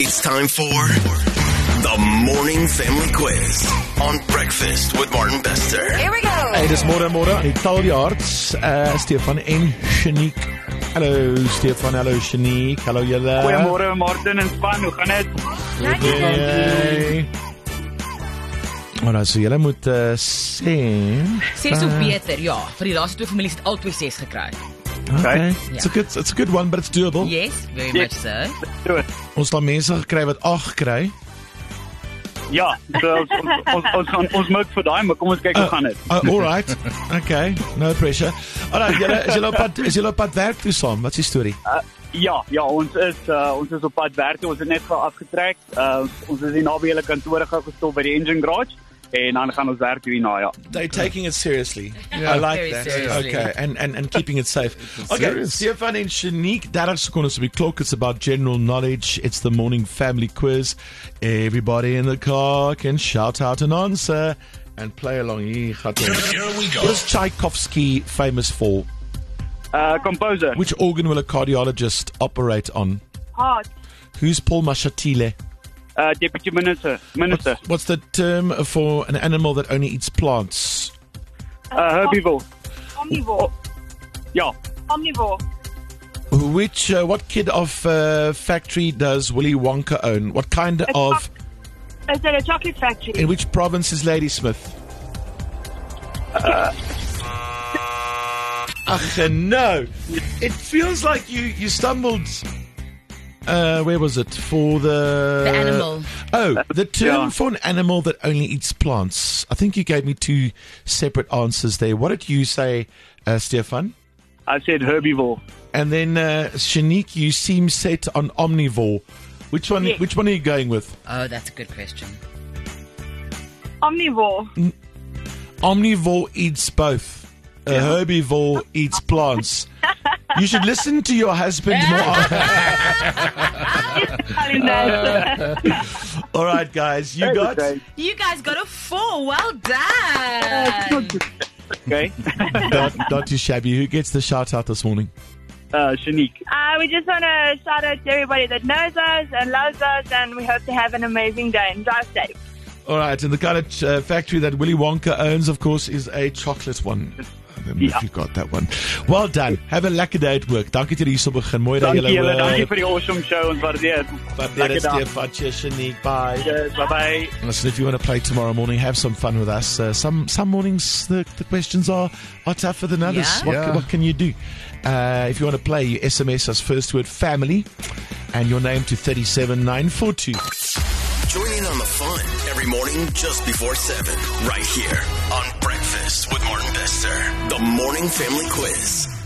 It's time for the morning family quiz on breakfast with Martin Bester. Here we go. Hey, dis môre môre aan die Taljaards, eh uh, Stefan en Shanique. Hallo Stefan, hallo Shanique, hallo julle. Goeiemôre Martin en span, hoe gaan dit? Hey. Ora, so julle moet uh, sê. Ses of beter, ja. Vir die laaste twee families het al twee ses gekry. Okay. Okay. It's a good it's a good one, but it's doable. Yeah. Yes, very Ja. much so. Goed. Ons het al mense gekry wat 8 kry. Ja, so ons ons ons ons, gaan, ons mik vir daai, maar kom ons kyk hoe gaan dit. Uh, all right. Okay, no pressure. Ora, julle is julle op pad is julle op pad werk toe saam. Wat is die storie? Eh, Ja, ja, ons is uh, ons is op pad werk. toe. Ons het net gou afgetrek. Uh, ons is hier naby hulle kantore gou gestop by die engine garage en dan gaan ons werk hier na ja. They're taking it seriously. I like Very that. seriously. Okay, and, and and keeping it safe. okay, Stefan and Shanique, 30 seconds to be clock. It's about general knowledge. It's the morning family quiz. Everybody in the car can shout out an answer and play along. Hier gaat ons. Here we What go. is Tchaikovsky famous for? Uh composer. Which organ will a cardiologist operate on? Hard. Who's Paul Mashatile? Uh deputy minister, minister. What's, what's the term for an animal that only eats plants? Uh herbivore. Omnivore. Ja. Omnivore. Which uh, what kid of uh, factory does Willy Wonka own? What kind of Is it a chocolate factory? in which province is Ladysmith? Ach no! It feels like you you stumbled. Uh, where was it for the The animal. Oh, the term Yeah. for an animal that only eats plants. I think you gave me two separate answers there. What did you say, uh, Stefan? I said herbivore. And then uh, Shanique, you seem set on omnivore. Which one? Which one are you going with? Oh, that's a good question. Omnivore. Omnivore eats both. A herbivore eats plants. You should listen to your husband more. often. Calendar. All right, guys, you got. Okay. You guys got a 4. Well done. okay. Not, not too shabby. Who gets the shout out this morning? Uh Shanique. Uh, we just want to shout out to everybody that knows us and loves us, and we hope to have an amazing day and drive safe. All right, and the kind of uh, factory that Willy Wonka owns, of course, is a chocolate one. I don't know Yeah. if you got that one. Well done. Have a lekker day at work. Dankie dat jy hier so begin. Mooi dag Dankie julle, hoor. dankie vir die awesome show. Ons waardeer. eh, Waardeer Lekker dit, dag. Stefan. Cheers, Shanique. Bye. Cheers, Bye bye. Listen, if you want to play tomorrow morning, have some fun with us. Uh, some some mornings the, the questions are, are tougher than others. Yeah. What, Yeah. what can you do? Uh, if you want to play, you SMS us first word family and your name to 37942. Join in on the fun every morning just before 7, right here on Breakfast with Martin Bester. The morning family quiz.